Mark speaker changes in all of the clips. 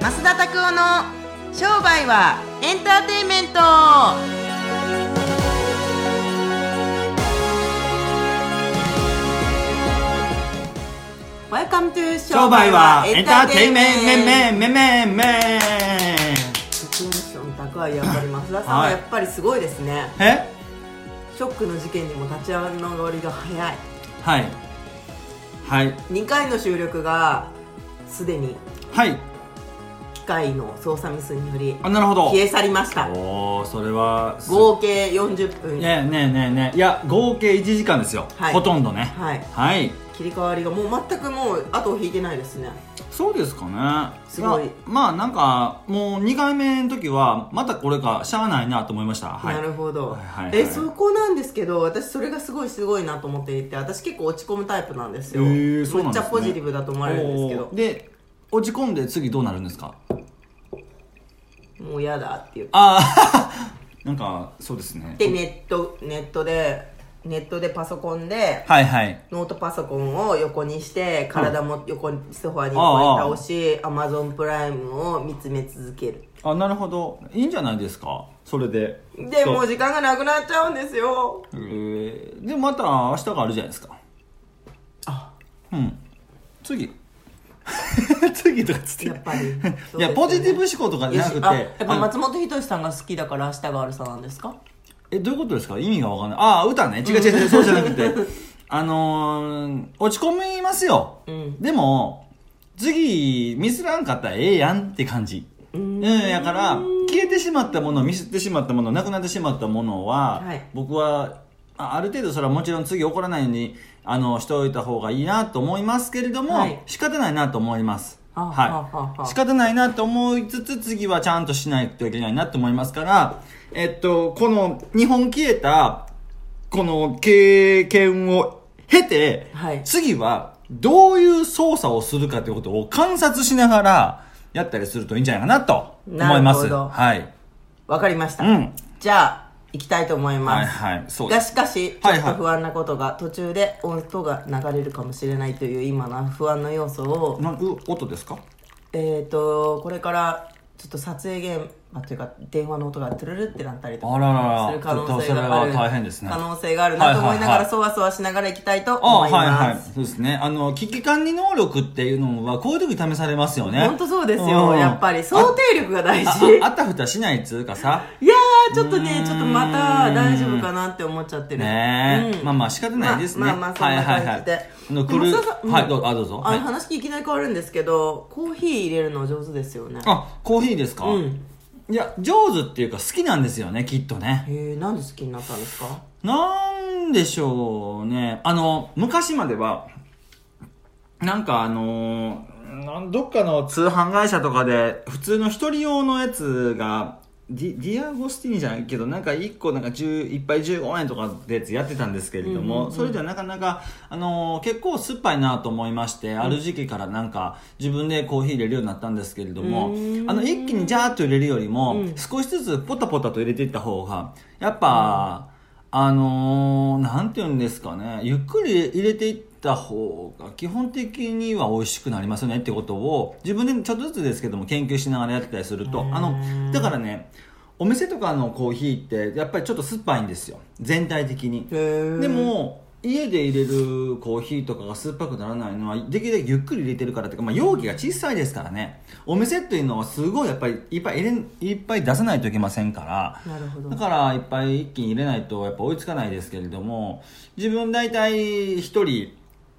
Speaker 1: 拓夫の商売はエンターテインメント
Speaker 2: 商売はエンターテインメンメンメンメンメン
Speaker 1: ション高いやっぱり増田さんは
Speaker 2: はい
Speaker 1: やっぱりすごいですね、
Speaker 2: え
Speaker 1: ショックの事件にも立ち上がりが早い
Speaker 2: はいはい
Speaker 1: 2回の収録がすでに
Speaker 2: はい
Speaker 1: 機械の操作ミスにより
Speaker 2: あなるほど
Speaker 1: 消え去りました
Speaker 2: おーそれはす
Speaker 1: 合計40分、
Speaker 2: ねえねえねえねえいや合計1時間ですよ、
Speaker 1: はい
Speaker 2: ほとんどね
Speaker 1: はい
Speaker 2: はい
Speaker 1: 切り替わりがもう全くもう後を引いてないですね
Speaker 2: そうですかね
Speaker 1: すごい
Speaker 2: やまあなんかもう2回目の時はまたこれかしゃあないなと思いましたはい
Speaker 1: なるほど、
Speaker 2: はいはいはい
Speaker 1: えそこなんですけど私それがすごいすごいなと思っていて私結構落ち込むタイプなんですよ、
Speaker 2: へーそう
Speaker 1: め
Speaker 2: なん
Speaker 1: っ
Speaker 2: で
Speaker 1: ち
Speaker 2: す
Speaker 1: ゃ
Speaker 2: ね
Speaker 1: ポジティブだと思われるんですけ
Speaker 2: お
Speaker 1: ど
Speaker 2: ーで落ち込んで次どうなるんですか
Speaker 1: もう嫌だって言っ
Speaker 2: ああ なんかそうですね
Speaker 1: てネットネットでネットでパソコンで
Speaker 2: はいはい
Speaker 1: ノートパソコンを横にして体も横にソファーに横に倒し Amazon プライムを見つめ続ける
Speaker 2: あなるほどいいんじゃないですかそれで
Speaker 1: で
Speaker 2: そう
Speaker 1: もう時間がなくなっちゃうんですよ
Speaker 2: えーでまた明日があるじゃないですか
Speaker 1: あ
Speaker 2: うん 次次とかつって
Speaker 1: やっ ぱり
Speaker 2: いやポジティブ
Speaker 1: じ
Speaker 2: 思考とかじゃなくて
Speaker 1: あやっぱ
Speaker 2: あの
Speaker 1: 松本人志さんが好きだから明日があるさなんですか
Speaker 2: えどういうことですか意味がわかんないああ歌ね違う違う違うそうじゃなくて あのー、落ち込みますよ、
Speaker 1: うん
Speaker 2: でも次ミスらんかったらええやんって感じうんやから消えてしまったものミスってしまったものなくなってしまったものは、
Speaker 1: はい
Speaker 2: 僕はあある程度それはもちろん次起こらないようにあのしておいた方がいいなと思いますけれども、
Speaker 1: はい
Speaker 2: 仕方ないなと思います
Speaker 1: はあはあはあ
Speaker 2: はい、仕方ないなと思いつつ次はちゃんとしないといけないなと思いますから、えっと、この日本消えたこの経験を経て、
Speaker 1: はい
Speaker 2: 次はどういう操作をするかということを観察しながらやったりするといいんじゃないかなと思います。
Speaker 1: なるほど
Speaker 2: はい。
Speaker 1: わかりました、
Speaker 2: うん
Speaker 1: じゃあ行きたいと思い
Speaker 2: は
Speaker 1: ま
Speaker 2: い
Speaker 1: す、
Speaker 2: はい。そうで
Speaker 1: が
Speaker 2: す。
Speaker 1: しかしちょ
Speaker 2: はい
Speaker 1: っ
Speaker 2: はい
Speaker 1: と不安なことが途中で音が流れるかもしれないという今の不安の要素を
Speaker 2: なんう音ですか
Speaker 1: えー、とこれからちょっと撮影現場というか電話の音がトゥルルってなったりとか
Speaker 2: あららら
Speaker 1: する可能性がある
Speaker 2: ちょっとそれは大変ですね
Speaker 1: 可能性があるなと思いなが
Speaker 2: はいはい
Speaker 1: ら
Speaker 2: はい
Speaker 1: そわそわしながら行きたいと
Speaker 2: あ
Speaker 1: 思い
Speaker 2: はいは
Speaker 1: ま
Speaker 2: い
Speaker 1: す。
Speaker 2: そうですね。あの、危機管理能力っていうのは、こういう時試されますよね。
Speaker 1: 本当そうですよ、
Speaker 2: うん
Speaker 1: やっぱり想定力が大
Speaker 2: あ
Speaker 1: 事い
Speaker 2: ああたふたしないっつうかさ。
Speaker 1: やーちょっとねちょっとまた大丈夫かなって思っちゃってる
Speaker 2: ねえ、
Speaker 1: うん
Speaker 2: まあまあ仕方ないですね。
Speaker 1: まあまあまあそんな感じで
Speaker 2: はいはいはい。あの、
Speaker 1: で
Speaker 2: く
Speaker 1: も
Speaker 2: る、
Speaker 1: ささうん
Speaker 2: はい、どうあどうぞ。
Speaker 1: あ
Speaker 2: は
Speaker 1: の
Speaker 2: い、
Speaker 1: 話いきなり変わるんですけどコーヒー入れるの上手ですよね
Speaker 2: あ、コーヒーですか、
Speaker 1: うん
Speaker 2: いや、上手っていうか好きなんですよね、きっとね。
Speaker 1: へえなんで好きになったんですか
Speaker 2: なんでしょうね。あの、昔までは、なんかあのーなんどっかの通販会社とかで、普通の一人用のやつが、ディディアゴスティーニじゃないけど、なんか1個なんか10、1杯15円とかってやつやってたんですけれども、それじゃなかなか、あのー結構酸っぱいなと思いまして、ある時期からなんか自分でコーヒー入れるようになったんですけれども、あの、一気にジャーッと入れるよりも、少しずつポタポタと入れていった方が、やっぱ、あのー、なんて言うんですかね、ゆっくり入れていった方が基本的には美味しくなりますよねってことを自分でちょっとずつですけども研究しながらやってたりすると、あの、だからね、お店とかのコーヒーってやっぱりちょっと酸っぱいんですよ。全体的に。
Speaker 1: へえ
Speaker 2: でも家で入れるコーヒーとかが酸っぱくならないのはできるだけゆっくり入れてるからっていうか、まあ、容器が小さいですからねお店っていうのはすごいやっぱりいっぱい入れいっぱい出さないといけませんから
Speaker 1: なるほど
Speaker 2: だからいっぱい一気に入れないとやっぱ追いつかないですけれども自分大体1人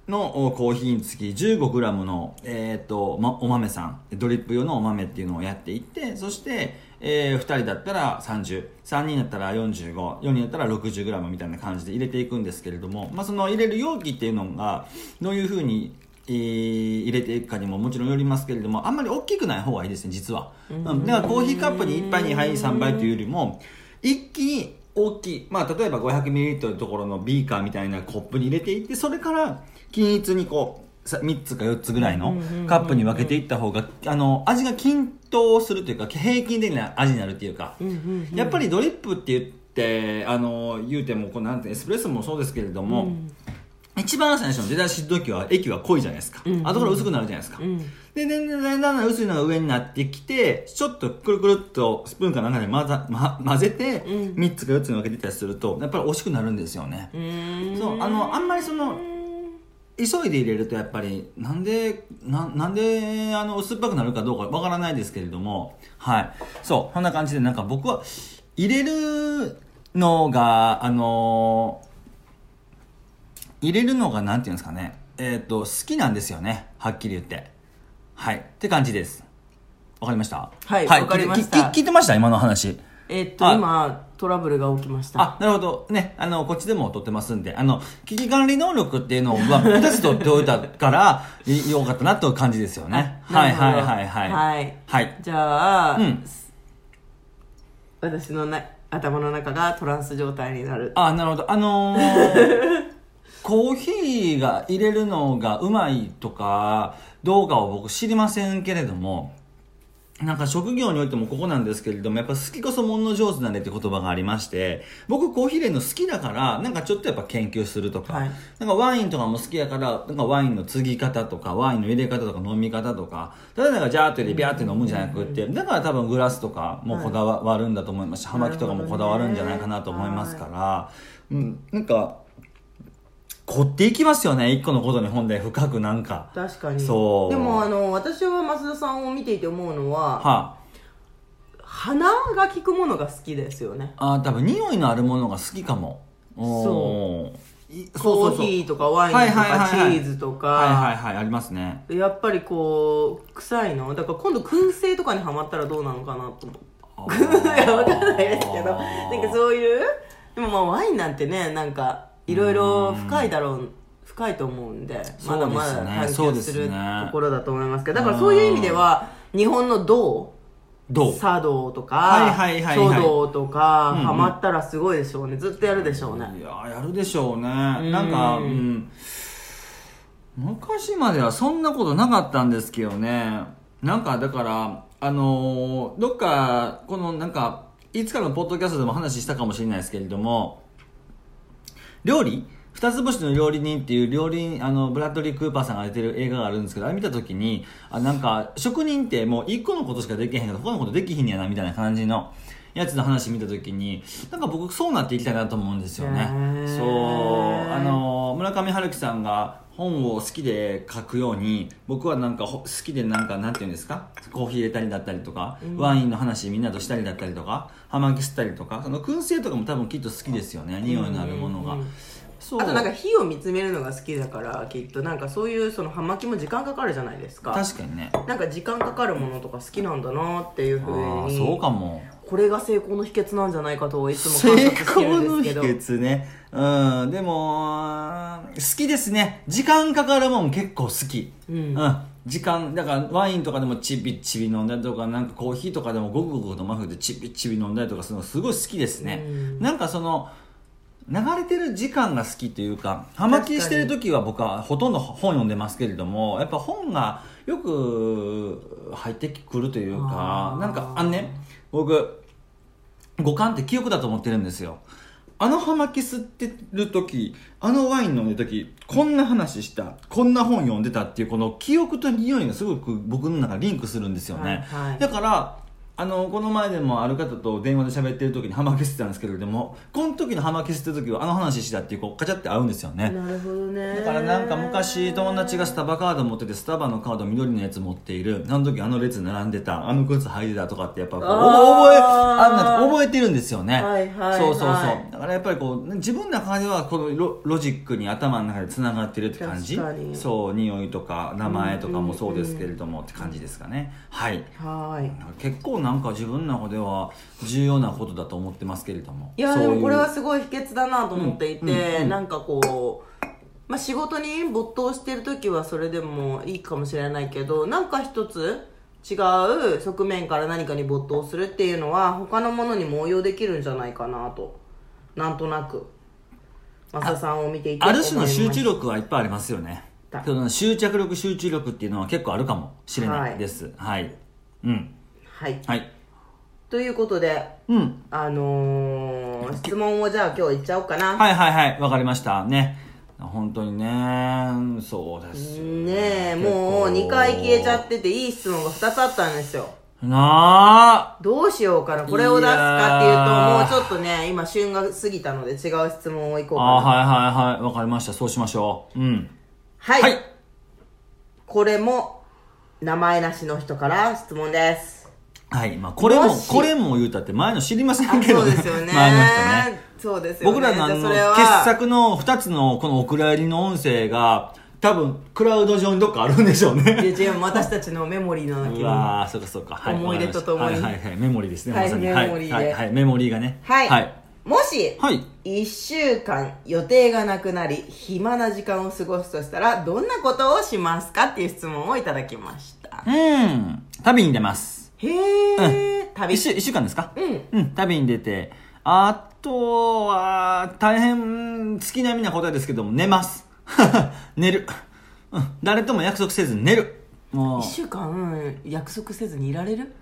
Speaker 2: のおコーヒーにつき 15g の、えーとま、お豆さんドリップ用のお豆っていうのをやっていってそして、え2人だったら303人だったら454人だったら 60g みたいな感じで入れていくんですけれども、まあ、その入れる容器っていうのがどういうふうにえー入れていくかにももちろんよりますけれどもあんまり大きくない方がいいですね実は、うん、だからコーヒーカップに1杯2杯3杯というよりも一気に大きい、まあ、例えば 500ml のところのビーカーみたいなコップに入れていってそれから均一にこうさ3つか4つぐらいのカップに分けていった方があの味が均等するというか平均的な味になるというか、やっぱりドリップって言ってあの言うてもこうなんてエスプレッソもそうですけれども、一番最初の出だし時は駅は濃いじゃないですか、
Speaker 1: うんうん
Speaker 2: あとから薄くなるじゃないですか、
Speaker 1: うん
Speaker 2: で、だんだんだんだん薄いのが上になってきて、ちょっとくるくるっとスプーンかなんかで混ざ、ま、混ぜて、
Speaker 1: うん
Speaker 2: 3つか4つに分けてたりすると、やっぱり惜しくなるんですよね。
Speaker 1: うーん
Speaker 2: そう、あの、あんまりその、急いで入れるとやっぱり、なんで、ななんで、あの、酸っぱくなるかどうかわからないですけれども、はい。そう、こんな感じで、なんか僕は、入れるのが、あのー入れるのが、なんていうんですかね、えっ、と、好きなんですよね、はっきり言って。はい。って感じです。わかりました
Speaker 1: はいわかりました
Speaker 2: きき聞いてました今の話。
Speaker 1: えっと
Speaker 2: あ
Speaker 1: 今トラブルが起きました
Speaker 2: あ、なるほど。ね、あの、こっちでも撮ってますんで、あの、危機管理能力っていうのを、まあ、2つ 取っておいたから、いよかったなという感じですよね。
Speaker 1: な
Speaker 2: はい
Speaker 1: るほど
Speaker 2: はいはいはい。
Speaker 1: はい
Speaker 2: はい。
Speaker 1: じゃあ、
Speaker 2: うん
Speaker 1: 私のな頭の中がトランス状態になる
Speaker 2: あ、なるほど。あのー コーヒーが入れるのがうまいとか、どうかを僕知りませんけれども、なんか職業においてもここなんですけれども、やっぱ好きこそもの上手なれって言葉がありまして、僕コーヒー入れるの好きだから、なんかちょっとやっぱ研究するとか、
Speaker 1: はい
Speaker 2: なんかワインとかも好きやから、なんかワインの継ぎ方とか、ワインの入れ方とか飲み方とか、ただなんかジャーっと入れてビャーって飲むんじゃなくって、だから多分グラスとかもこだわるんだと思いますし、葉巻とかもこだわるんじゃないかなと思いますから、うん、なんか、凝っていきますよね、一個のことに本で深くなんか。
Speaker 1: 確かに
Speaker 2: そう
Speaker 1: でもあの私は増田さんを見ていて思うのは、
Speaker 2: は
Speaker 1: 鼻が効くものが好きですよね
Speaker 2: あ、あー多分匂いのあるものが好きかも。おーい
Speaker 1: コ
Speaker 2: そう
Speaker 1: ーヒ
Speaker 2: ー
Speaker 1: ーとかワインと
Speaker 2: はいはい
Speaker 1: かチ
Speaker 2: はいはい
Speaker 1: ーズと
Speaker 2: はい
Speaker 1: か
Speaker 2: はいはい、ありますね。
Speaker 1: やっぱりこう臭いのだから今度燻製とかにはまったらどうなのかなと思って
Speaker 2: あ
Speaker 1: いやわかんない
Speaker 2: ー
Speaker 1: ですけどなんかそういうでもまあワインなんてねなんかいろいろ深いだろう深いと思うんでまだまだ探
Speaker 2: そう
Speaker 1: 求
Speaker 2: です
Speaker 1: す
Speaker 2: ね
Speaker 1: る
Speaker 2: そうですね
Speaker 1: ところだと思いますけどだからそういう意味では日本の銅
Speaker 2: どう
Speaker 1: 茶道と
Speaker 2: はい
Speaker 1: か
Speaker 2: はいはい
Speaker 1: 書
Speaker 2: はい
Speaker 1: 道とか
Speaker 2: うんうん
Speaker 1: ハマったらすごいでしょうねずっとやるでしょうね
Speaker 2: いやーやるでしょうね
Speaker 1: うん
Speaker 2: なんか、うん、昔まではそんなことなかったんですけどねなんかだからあのーどっかこのなんかいつかのポッドキャストでも話したかもしれないですけれども料理二つ星の料理人っていう料理人あのブラッドリー・クーパーさんが出てる映画があるんですけどあれ見た時にあなんか職人ってもう一個のことしかできへんけど他のことできひんやなみたいな感じのやつの話見た時になんか僕そうなっていきたいなと思うんですよ
Speaker 1: へ
Speaker 2: ね
Speaker 1: ー
Speaker 2: そうあの村上春樹さんが本を好きで書くように僕はなんかほ好きでなんかなんて言うんですかコーヒー入れたりだったりとか、ワインの話みんなとしたりだったりとか葉巻吸ったりとかその燻製とかも多分きっと好きですよね匂いのあるものが、
Speaker 1: うんうん
Speaker 2: そう
Speaker 1: あとなんか火を見つめるのが好きだからきっとなんかそういうその葉巻も時間かかるじゃないですか
Speaker 2: 確かにね
Speaker 1: なんか時間かかるものとか好きなんだなっていう
Speaker 2: あ
Speaker 1: ふう
Speaker 2: ー
Speaker 1: に
Speaker 2: そうかも
Speaker 1: これが成功の秘訣なんじゃないかといつも
Speaker 2: 成
Speaker 1: 観察してる
Speaker 2: 功の
Speaker 1: ん
Speaker 2: 秘
Speaker 1: ですけど
Speaker 2: 訣ねうんでも好きですね時間かかるもん結構好き
Speaker 1: うん
Speaker 2: 時間だからワインとかでもちびちび飲んだりとかなんかコーヒーとかでもごくごく飲まなくてちびちび飲んだりとかするのすごい好きですね、
Speaker 1: うん
Speaker 2: なんかその流れてる時間が好きというか葉巻してる時は僕はほとんど本読んでますけれどもやっぱ本がよく入ってくるというか
Speaker 1: あー
Speaker 2: なんかあのね僕五感って記憶だと思ってるんですよあの葉巻吸ってる時あのワイン飲んでる時こんな話したこんな本読んでたっていうこの記憶と匂いがすごく僕の中でリンクするんですよね、
Speaker 1: はいはい
Speaker 2: だからあのこの前でもある方と電話で喋ってる時に葉巻吸ってたんですけれどもこの時の葉巻吸ってる時はあの話したっていうこうカチャって合うんですよね、
Speaker 1: なるほどね
Speaker 2: だからなんか昔友達がスタバカード持っててスタバのカード緑のやつ持っているあの時あの列並んでたあの靴履いてたとかってやっぱこう覚え
Speaker 1: あー
Speaker 2: あんな覚えてるんですよね、
Speaker 1: はいはいはい
Speaker 2: そうそうそうだからやっぱりこう自分の中ではこのロロジックに頭の中でつながってるって感じ
Speaker 1: 確かに
Speaker 2: そう匂いとか名前とかもそうですけれどもって感じですかねはい
Speaker 1: はーい
Speaker 2: 結構なんか自分の中では重要なことだと思ってますけれども
Speaker 1: いや
Speaker 2: そう
Speaker 1: で
Speaker 2: う
Speaker 1: もこれはすごい秘訣だなと思っていて、
Speaker 2: うんうん
Speaker 1: なんかこう、まあ、仕事に没頭してる時はそれでもいいかもしれないけどなんか一つ違う側面から何かに没頭するっていうのは他のものにも応用できるんじゃないかなとなんとなく増田さんを見ていて
Speaker 2: ある種の
Speaker 1: 思いました
Speaker 2: 集中力はいっぱいありますよね
Speaker 1: だ
Speaker 2: その執着力集中力っていうのは結構あるかもしれないですはい、うん
Speaker 1: はい
Speaker 2: はい
Speaker 1: ということで
Speaker 2: うん
Speaker 1: あのー質問をじゃあ今日いっちゃおうかな
Speaker 2: はいはいはいわかりましたね本当にねそうですよ
Speaker 1: ねえ
Speaker 2: 結構
Speaker 1: もう2回消えちゃってていい質問が2つあったんですよ
Speaker 2: なあ
Speaker 1: どうしようかなこれを出すかっていうともうちょっとね今旬が過ぎたので違う質問をいこうか
Speaker 2: あ
Speaker 1: な
Speaker 2: はいはいはいわかりましたそうしましょううん
Speaker 1: はい、
Speaker 2: はい
Speaker 1: これも名前なしの人から質問です
Speaker 2: はい、まあ、これも
Speaker 1: もし
Speaker 2: これも言うたって前の知りませ
Speaker 1: あ
Speaker 2: ん け
Speaker 1: そ
Speaker 2: ど
Speaker 1: うですよね
Speaker 2: 前の人ね
Speaker 1: そうですよね
Speaker 2: 僕らのあ
Speaker 1: じゃあ
Speaker 2: の
Speaker 1: それは
Speaker 2: 傑作の2つのこのお蔵入りの音声が多分クラウド上にどっかあるんでしょうね
Speaker 1: いや違う私たちのメモリーの中
Speaker 2: う
Speaker 1: に
Speaker 2: わーそうかそうか、はい、
Speaker 1: 思い出とともに
Speaker 2: はいはいはいメモリーですね
Speaker 1: はい
Speaker 2: まさに
Speaker 1: メモリーで
Speaker 2: はいはいはいメモリーがね
Speaker 1: はい、
Speaker 2: はい、
Speaker 1: もし、
Speaker 2: はい
Speaker 1: 一1週間予定がなくなり暇な時間を過ごすとしたらどんなことをしますかっていう質問をいただきました
Speaker 2: うん旅に出ます
Speaker 1: へえ、旅
Speaker 2: 1週一週間ですか
Speaker 1: うん
Speaker 2: うん旅に出てあとは大変月並みな答えですけども寝ます 寝る、うん、誰とも約束せず寝るもう
Speaker 1: 1週間、約束せずにいられる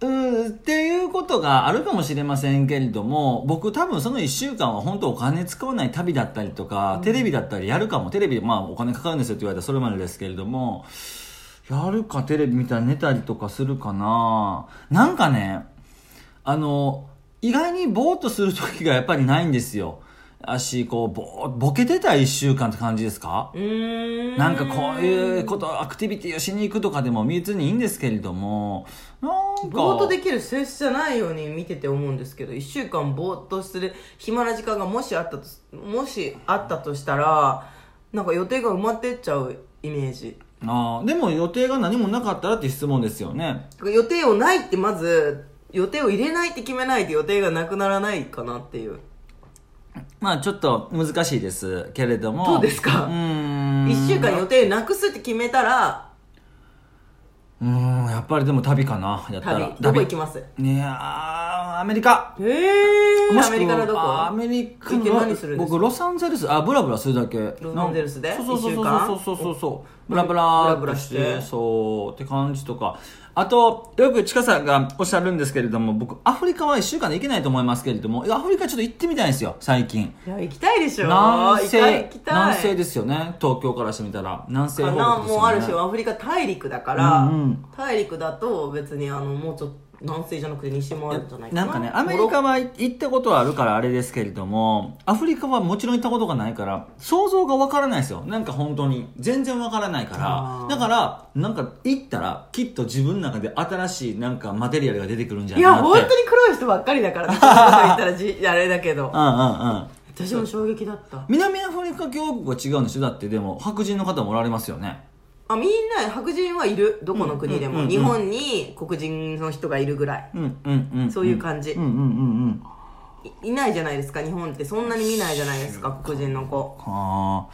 Speaker 2: うーんっていうことがあるかもしれませんけれども僕多分その1週間は本当お金使わない旅だったりとか、テレビだったりやるかもテレビでまあお金かかるんですよって言われたらそれまでですけれどもやるかテレビ見たら寝たりとかするかななんかねあの意外にぼーっとする時がやっぱりないんですよ足こうぼーボケてた1週間って感じですか
Speaker 1: うーん
Speaker 2: なんかこういううことアクティビティをしに行くとかでも別にいいんですけれどもなんか
Speaker 1: ぼーっとできる性質じゃないように見てて思うんですけど1週間ぼーっとする暇な時間がもしあったとすもしあったとしたらなんか予定が埋まってっちゃうイメージ
Speaker 2: ああでも予定が何もなかったらっていう質問ですよね
Speaker 1: 予定をないってまず予定を入れないって決めないと予定がなくならないかなっていう
Speaker 2: まあちょっと難しいですけれども
Speaker 1: どうですか
Speaker 2: うーん
Speaker 1: 1週間予定なくすって決めたら
Speaker 2: うーんやっぱりでも旅かなやったら
Speaker 1: 旅どこ行きます
Speaker 2: いやーアメリカ
Speaker 1: えー、
Speaker 2: もしくは
Speaker 1: アメリカのどこ
Speaker 2: アメリカ
Speaker 1: 行って何するんですか
Speaker 2: 僕ロサンゼルスあブラブラするだけ
Speaker 1: ロサンゼルスで
Speaker 2: そうそうそう
Speaker 1: 一週間
Speaker 2: そうそうそうそうブラブラ
Speaker 1: ブラブラして
Speaker 2: そうって感じとかあとよく近さんがおっしゃるんですけれども僕アフリカは1週間で行けないと思いますけれどもアフリカちょっと行ってみたいんですよ最近
Speaker 1: いや行きたいでしょ
Speaker 2: 南
Speaker 1: 行きたい
Speaker 2: 西
Speaker 1: 行きたい
Speaker 2: 南西ですよね東京からしてみたら南西
Speaker 1: か
Speaker 2: 方
Speaker 1: な
Speaker 2: 角ですよ、ね、
Speaker 1: もうある種アフリカ大陸だから、
Speaker 2: うんうん
Speaker 1: 大陸だと別にあのもうちょっと南西じゃなくて西もあるんじゃないかな
Speaker 2: なんかねアメリカは行ったことはあるからあれですけれどもアフリカはもちろん行ったことがないから想像がわからないですよなんか本当に全然わからないか
Speaker 1: あー
Speaker 2: らだからなんか行ったらきっと自分の中で新しいなんかマテリアルが出てくるんじゃ
Speaker 1: い
Speaker 2: ないか
Speaker 1: や
Speaker 2: なって
Speaker 1: 本当に黒い人ばっかりだからねそんなこと言ったらじあれだけど
Speaker 2: うんうんうん
Speaker 1: 私も衝撃だった
Speaker 2: 南アフリカ共和国は違うんでしょだってでも白人の方もおられますよね
Speaker 1: あみんな白人はいるどこの国でも、
Speaker 2: うんうんうん
Speaker 1: 日本に黒人の人がいるぐらい
Speaker 2: うんうんうん、
Speaker 1: そういう感じ
Speaker 2: うんうんうんうん
Speaker 1: いいないじゃないですか日本ってそんなに見ないじゃないですか黒人の子
Speaker 2: あ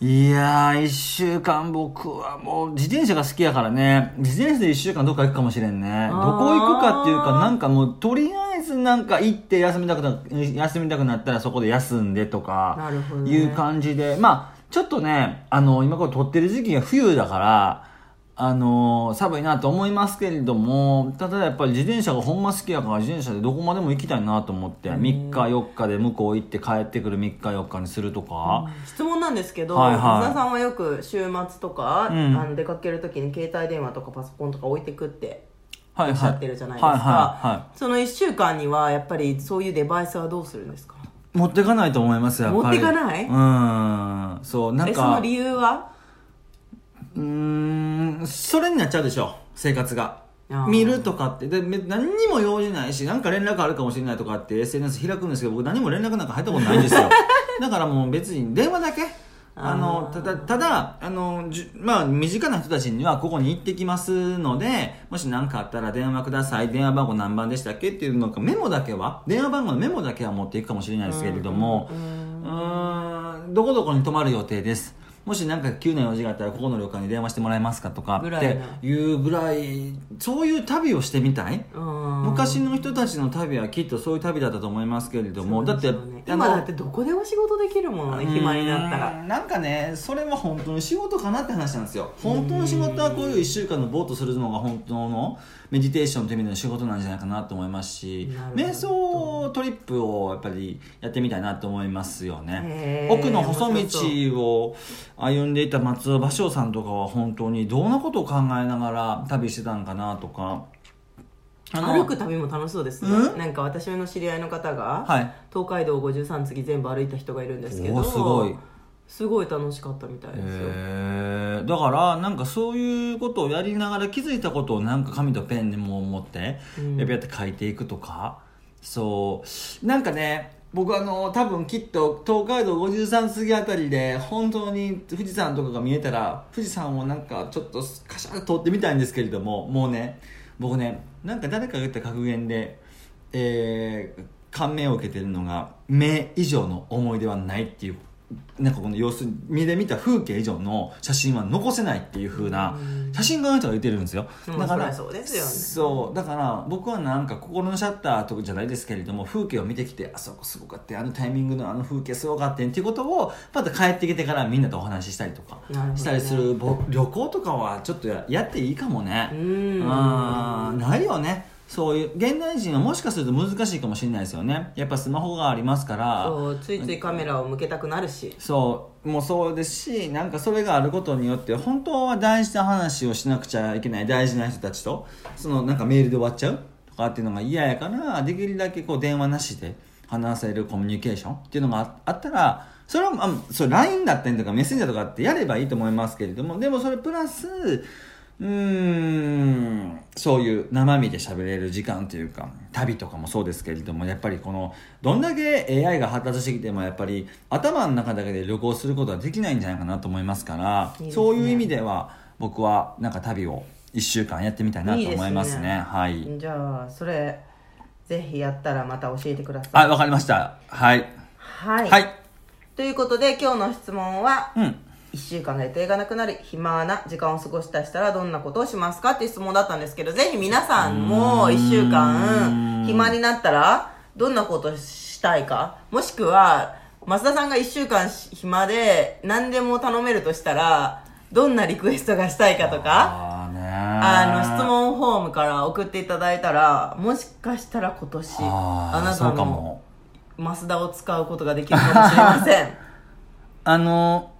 Speaker 2: ーいやー、一週間僕はもう自転車が好きやからね、自転車で一週間どっか行くかもしれんね。ど
Speaker 1: あー
Speaker 2: こ行くかっていうか、なんかもうとりあえずなんか行って休みたくな、休みたくなったらそこで休んでとか、
Speaker 1: なるほどね
Speaker 2: いう感じで、まあ、ちょっとね、あの、今これ撮ってる時期が冬だから、あの寒いなと思いますけれども、ただやっぱり自転車がほんま好きやから自転車でどこまでも行きたいなと思って、3日4日で向こう行って帰ってくる3日4日にするとか、
Speaker 1: 質問なんですけど、
Speaker 2: はいはい
Speaker 1: 松田さんはよく週末とか、
Speaker 2: うん
Speaker 1: あの出かける時に携帯電話とかパソコンとか置いてくって
Speaker 2: はい
Speaker 1: おっし
Speaker 2: は
Speaker 1: ゃ
Speaker 2: い。
Speaker 1: ってるじゃないですか、
Speaker 2: はいはいは
Speaker 1: その1週間にはやっぱりそういうデバイスはどうするんですか
Speaker 2: い。持ってかないと思います、やっぱり。
Speaker 1: 持ってかない
Speaker 2: うん。そう、なん
Speaker 1: えその
Speaker 2: か、
Speaker 1: 理由は
Speaker 2: うーん、それになっちゃうでしょ、生活が
Speaker 1: あ。ー
Speaker 2: 見るとかってでめ何にも用事ないし何か連絡あるかもしれないとかって SNS 開くんですけど僕何も連絡なんか入ったことないん ですよだからもう別に電話だけあのただただあのじゅまあ、身近な人たちにはここに行ってきますのでもし何かあったら電話ください電話番号何番でしたっけっていうのかメモだけは電話番号のメモだけは持っていくかもしれないですけれどもうーんどこどこに泊まる予定ですもしなんか9年用事があったらここの旅館に電話してもらえますかとか
Speaker 1: ぐ
Speaker 2: っ
Speaker 1: ら
Speaker 2: て
Speaker 1: いな
Speaker 2: いうぐらいそういう旅をしてみたい
Speaker 1: うん
Speaker 2: 昔の人たちの旅はきっとそういう旅だったと思いますけれども、だって
Speaker 1: そうですよね今
Speaker 2: あの
Speaker 1: だってどこでも仕事できるもんね暇になったら
Speaker 2: うんなんかねそれは本当に仕事かなって話なんですよ本当の仕事はこういう1週間のぼーっとするのが本当のメディテーションという意味での仕事なんじゃないかなと思いますし
Speaker 1: なるほど
Speaker 2: 瞑想トリップをやっぱりやってみたいなと思いますよ
Speaker 1: へ
Speaker 2: ね
Speaker 1: ー
Speaker 2: 奥の細道を歩んでいた松尾芭蕉さんとかは本当にどんなことを考えながら旅してたんかなとかあの
Speaker 1: 歩く旅も楽しそうですね、
Speaker 2: う
Speaker 1: なんか私の知り合いの方が、
Speaker 2: はい
Speaker 1: 東海道53次全部歩いた人がいるんですけ
Speaker 2: お
Speaker 1: ど
Speaker 2: ーすごい
Speaker 1: すごい楽しかったみたいですよ、
Speaker 2: へえだからなんかそういうことをやりながら気づいたことをなんか紙とペンでもう持って
Speaker 1: うん
Speaker 2: やっぱやって書いていくとか、そうなんかね僕あの多分きっと東海道53杉あたりで本当に富士山とかが見えたら富士山をなんかちょっとカシャッと通ってみたいんですけれどももうね僕ねなんか誰かが言った格言で、えー感銘を受けてるのが目以上の思い出はないっていうなんかこの様子目で見た風景以上の写真は残せないっていう風な写真家の人が言ってるんですよ、
Speaker 1: うん
Speaker 2: だから
Speaker 1: そりゃそうですよね
Speaker 2: そうだから僕はなんか心のシャッターとかじゃないですけれども風景を見てきてあそこすごかったあのタイミングのあの風景すごかったっていうことをまた帰ってきてからみんなとお話ししたりとか
Speaker 1: なるほどね
Speaker 2: したりするぼ旅行とかはちょっとややっていいかもね
Speaker 1: う
Speaker 2: あー
Speaker 1: ん
Speaker 2: ないよねそういう現代人はもしかすると難しいかもしれないですよねやっぱスマホがありますから
Speaker 1: そうついついカメラを向けたくなるし
Speaker 2: そうもうそうですしなんかそれがあることによって本当は大事な話をしなくちゃいけない大事な人たちとそのなんかメールで終わっちゃうとかっていうのが嫌やからできるだけこう電話なしで話せるコミュニケーションっていうのがああったらそれはあそれ LINE だったりとかメッセンジャーとかってやればいいと思いますけれどもでもそれプラスうーんそういう生身で喋れる時間というか旅とかもそうですけれどもやっぱりこのどんだけ AI が発達してきてもやっぱり頭の中だけで旅行することはできないんじゃないかなと思いますから
Speaker 1: いいですね
Speaker 2: そういう意味では僕はなんか旅を1週間やってみたいなと思いま
Speaker 1: い
Speaker 2: すね
Speaker 1: いですね
Speaker 2: はい
Speaker 1: じゃあそれぜひやったらまた教えてください
Speaker 2: あわかりましたはい
Speaker 1: はい、
Speaker 2: はい
Speaker 1: ということで今日の質問は
Speaker 2: うん
Speaker 1: 1週間の予定がなくなり暇な時間を過ごしたりしたらどんなことをしますかっていう質問だったんですけどぜひ皆さんも1週間暇になったらどんなことをしたいかもしくは増田さんが1週間し暇で何でも頼めるとしたらどんなリクエストがしたいかとか
Speaker 2: あーね
Speaker 1: あの質
Speaker 2: ー
Speaker 1: 問フォームから送っていただいたらもしかしたら今年
Speaker 2: あー
Speaker 1: あな
Speaker 2: そ
Speaker 1: た
Speaker 2: うか
Speaker 1: の
Speaker 2: も
Speaker 1: 増田を使うことができるかもしれません。
Speaker 2: あの、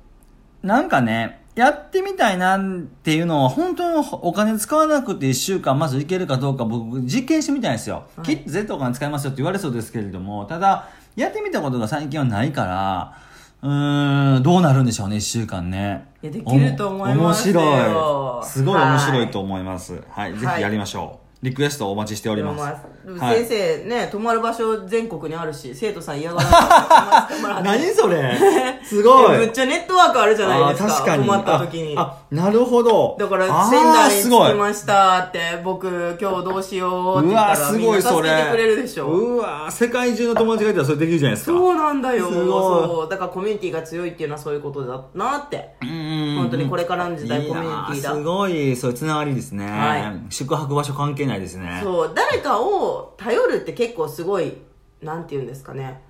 Speaker 2: なんかね、やってみたいなっていうのは、本当にお金使わなくて1週間まずいけるかどうか僕実験してみたいんですよ。
Speaker 1: はい
Speaker 2: きっと絶対お金使いますよって言われそうですけれども、ただ、やってみたことが最近はないから、うーん、どうなるんでしょうね、1週間ね。
Speaker 1: いやできると思いますよ
Speaker 2: お面白い。すごい面白
Speaker 1: はい
Speaker 2: いと思います。はい、ぜ
Speaker 1: はい
Speaker 2: ひやりましょう。リクエストお待ちしております。はい
Speaker 1: 先生ね泊まる場所全国にあるし生徒さん嫌がらない泊まらせてもらって
Speaker 2: 何 それすごい
Speaker 1: えむっちゃネットワークあるじゃないですか
Speaker 2: あー確かに
Speaker 1: 泊まった時に
Speaker 2: ああなるほど
Speaker 1: だから
Speaker 2: あー
Speaker 1: 仙台に
Speaker 2: すご
Speaker 1: 着
Speaker 2: い
Speaker 1: きましたって僕今日どうしようって
Speaker 2: う
Speaker 1: 言った
Speaker 2: わ
Speaker 1: ら
Speaker 2: す
Speaker 1: みん
Speaker 2: ご
Speaker 1: ない
Speaker 2: そ
Speaker 1: 助
Speaker 2: れ
Speaker 1: けてくれるでしょ
Speaker 2: うわ世界中の友達がいたらそれできるじゃないですか
Speaker 1: そうなんだよ
Speaker 2: すごい
Speaker 1: そうだからコミュニティが強いっていうのはそういうことだなって
Speaker 2: 本
Speaker 1: 本当にこれからの時代コミュニティだ
Speaker 2: すごいそういうつながりですね、
Speaker 1: は
Speaker 2: 宿泊場所関係ないですね
Speaker 1: そう誰かを頼るって結構すごいなんて言うんですかね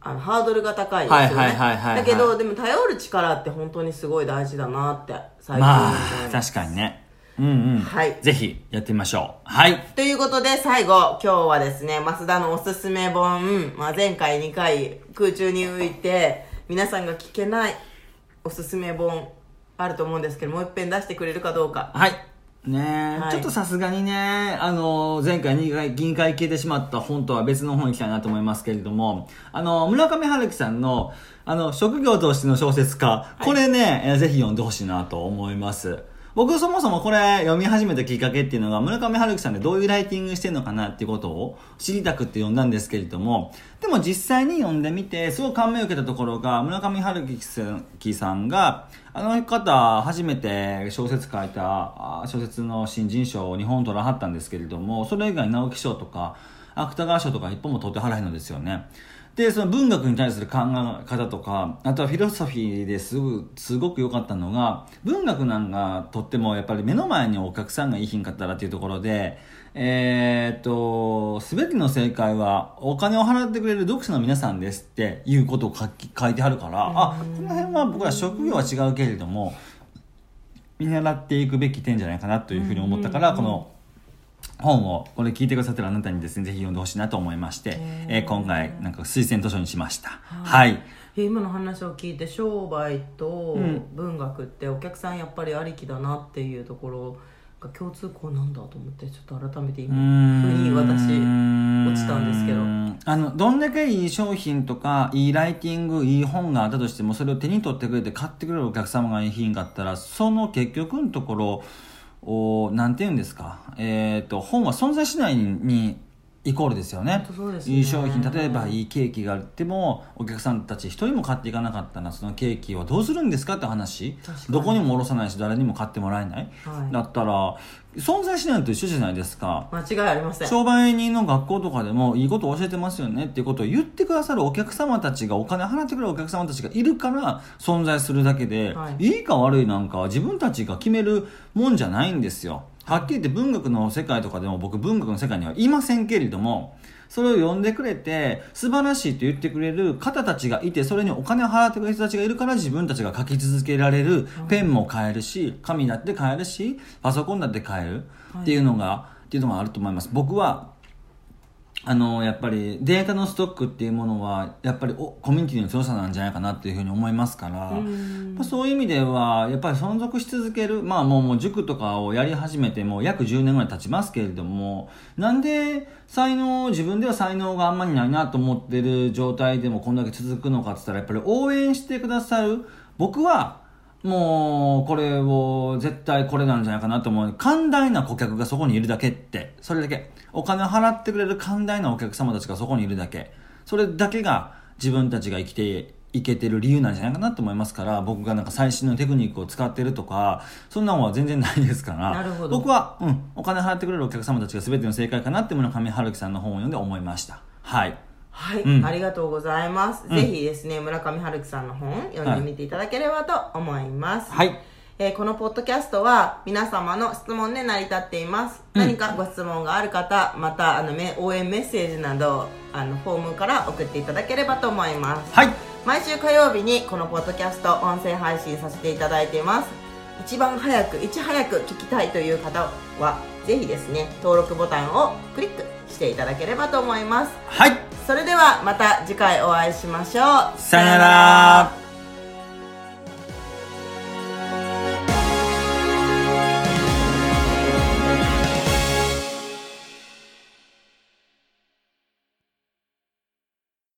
Speaker 1: あのハードルが高いですよね、
Speaker 2: はいはいはいはいはい
Speaker 1: だけどでも頼る力って本当にすごい大事だなって最近
Speaker 2: ま
Speaker 1: 思
Speaker 2: あ
Speaker 1: います
Speaker 2: 確かにねうんうん
Speaker 1: はい
Speaker 2: ぜひやってみましょうはい
Speaker 1: ということで最後今日はですね増田のおすすめ本、まあ、前回2回空中に浮いて皆さんが聞けないおすすめ本あると思うんですけどもう一遍出してくれるかどうか
Speaker 2: はい。ねえ、
Speaker 1: はい
Speaker 2: ちょっとさすがにね、あの、前回2回、銀会消えてしまった本とは別の本行きたいなと思いますけれども、あの、村上春樹さんの、あの、職業としての小説家、これね、えーぜひ読んでほしいなと思います。僕そもそもこれ読み始めたきっかけっていうのが村上春樹さんでどういうライティングしてるのかなっていうことを知りたくって読んだんですけれどもでも実際に読んでみてすごい感銘を受けたところが村上春樹さんがあの方初めて小説書いたあ小説の新人賞を日本取らはったんですけれどもそれ以外直木賞とか芥川賞とか一本も取ってはらへんのですよね。でその文学に対する考え方とかあとはフィロソフィーですぐすごく良かったのが文学なんかとってもやっぱり目の前にお客さんがいいひんかったらっていうところでえーっと全ての正解はお金を払ってくれる読者の皆さんですっていうことを書き書いてあるからあこの辺は僕ら職業は違うけれども見習っていくべき点じゃないかなというふうに思ったから、
Speaker 1: うんうんうん
Speaker 2: この本をこれ聞いてくださってるあなたにですねぜひ読んでほしいなと思いまして、えー今回なんか推薦図書にしましたはい、
Speaker 1: いや今の話を聞いて商売と
Speaker 2: うん
Speaker 1: 文学ってお客さんやっぱりありきだなっていうところが共通項なんだと思ってちょっと改めて
Speaker 2: うー
Speaker 1: 今
Speaker 2: ん
Speaker 1: ふうに私落ちたんですけど
Speaker 2: あのどんだけいい商品とかいいライティングいい本があったとしてもそれを手に取ってくれて買ってくれるお客様がいい品だったらその結局のところをなんて言うんですか、えー、と本は存在しないにイコールですよね
Speaker 1: 本当そうですね
Speaker 2: いい商品例えばいいケーキがあってもお客さんたち一人も買っていかなかったらそのケーキはどうするんですかって話
Speaker 1: 確かに
Speaker 2: どこにも卸さないし誰にも買ってもらえない、
Speaker 1: はい
Speaker 2: だったら存在しないのと一緒じゃないですか
Speaker 1: 間違いありません
Speaker 2: 商売人の学校とかでもいいこと教えてますよねっていうことを言ってくださるお客様たちがお金払ってくれるお客様たちがいるから存在するだけで、、
Speaker 1: はい
Speaker 2: いか悪いなんかは自分たちが決めるもんじゃないんですよはっきり言って文学の世界とかでも僕文学の世界にはいませんけれどもそれを読んでくれて素晴らしいと言ってくれる方たちがいてそれにお金を払ってくれる人たちがいるから自分たちが書き続けられるペンも買えるし紙だって買えるしパソコンだって買えるっていうのが、っていうのがあると思います僕はあのやっぱりデータのストックっていうものはやっぱりおコミュニティの強さなんじゃないかなっていうふうに思いますから、
Speaker 1: うん
Speaker 2: まあ、そういう意味ではやっぱり存続し続ける、まあ、もうもう塾とかをやり始めてもう約10年ぐらい経ちますけれどもなんで才能自分では才能があんまりないなと思ってる状態でもこんだけ続くのかって言ったらやっぱり応援してくださる僕はもうこれを絶対これなんじゃないかなと思う寛大な顧客がそこにいるだけってそれだけお金払ってくれる寛大なお客様たちがそこにいるだけそれだけが自分たちが生きていけてる理由なんじゃないかなと思いますから僕がなんか最新のテクニックを使ってるとかそんなのは全然ないですから
Speaker 1: なるほど
Speaker 2: 僕は、うん、お金払ってくれるお客様たちが全ての正解かなっていうのを上春樹さんの本を読んで思いましたはい
Speaker 1: はい、
Speaker 2: うん
Speaker 1: ありがとうございます、
Speaker 2: うん
Speaker 1: ぜひですね村上春樹さんの本読んでみていただければと思います、
Speaker 2: はい
Speaker 1: えーこのポッドキャストは皆様の質問で成り立っています、
Speaker 2: うん
Speaker 1: 何かご質問がある方またあのめ応援メッセージなどあのフォームから送っていただければと思います
Speaker 2: はい
Speaker 1: 毎週火曜日にこのポッドキャスト音声配信させていただいています一番早くいち早く聞きたいという方はぜひですね登録ボタンをクリックしていただければと思います
Speaker 2: はい
Speaker 1: それではまた次回お会いしましょう
Speaker 2: さよなら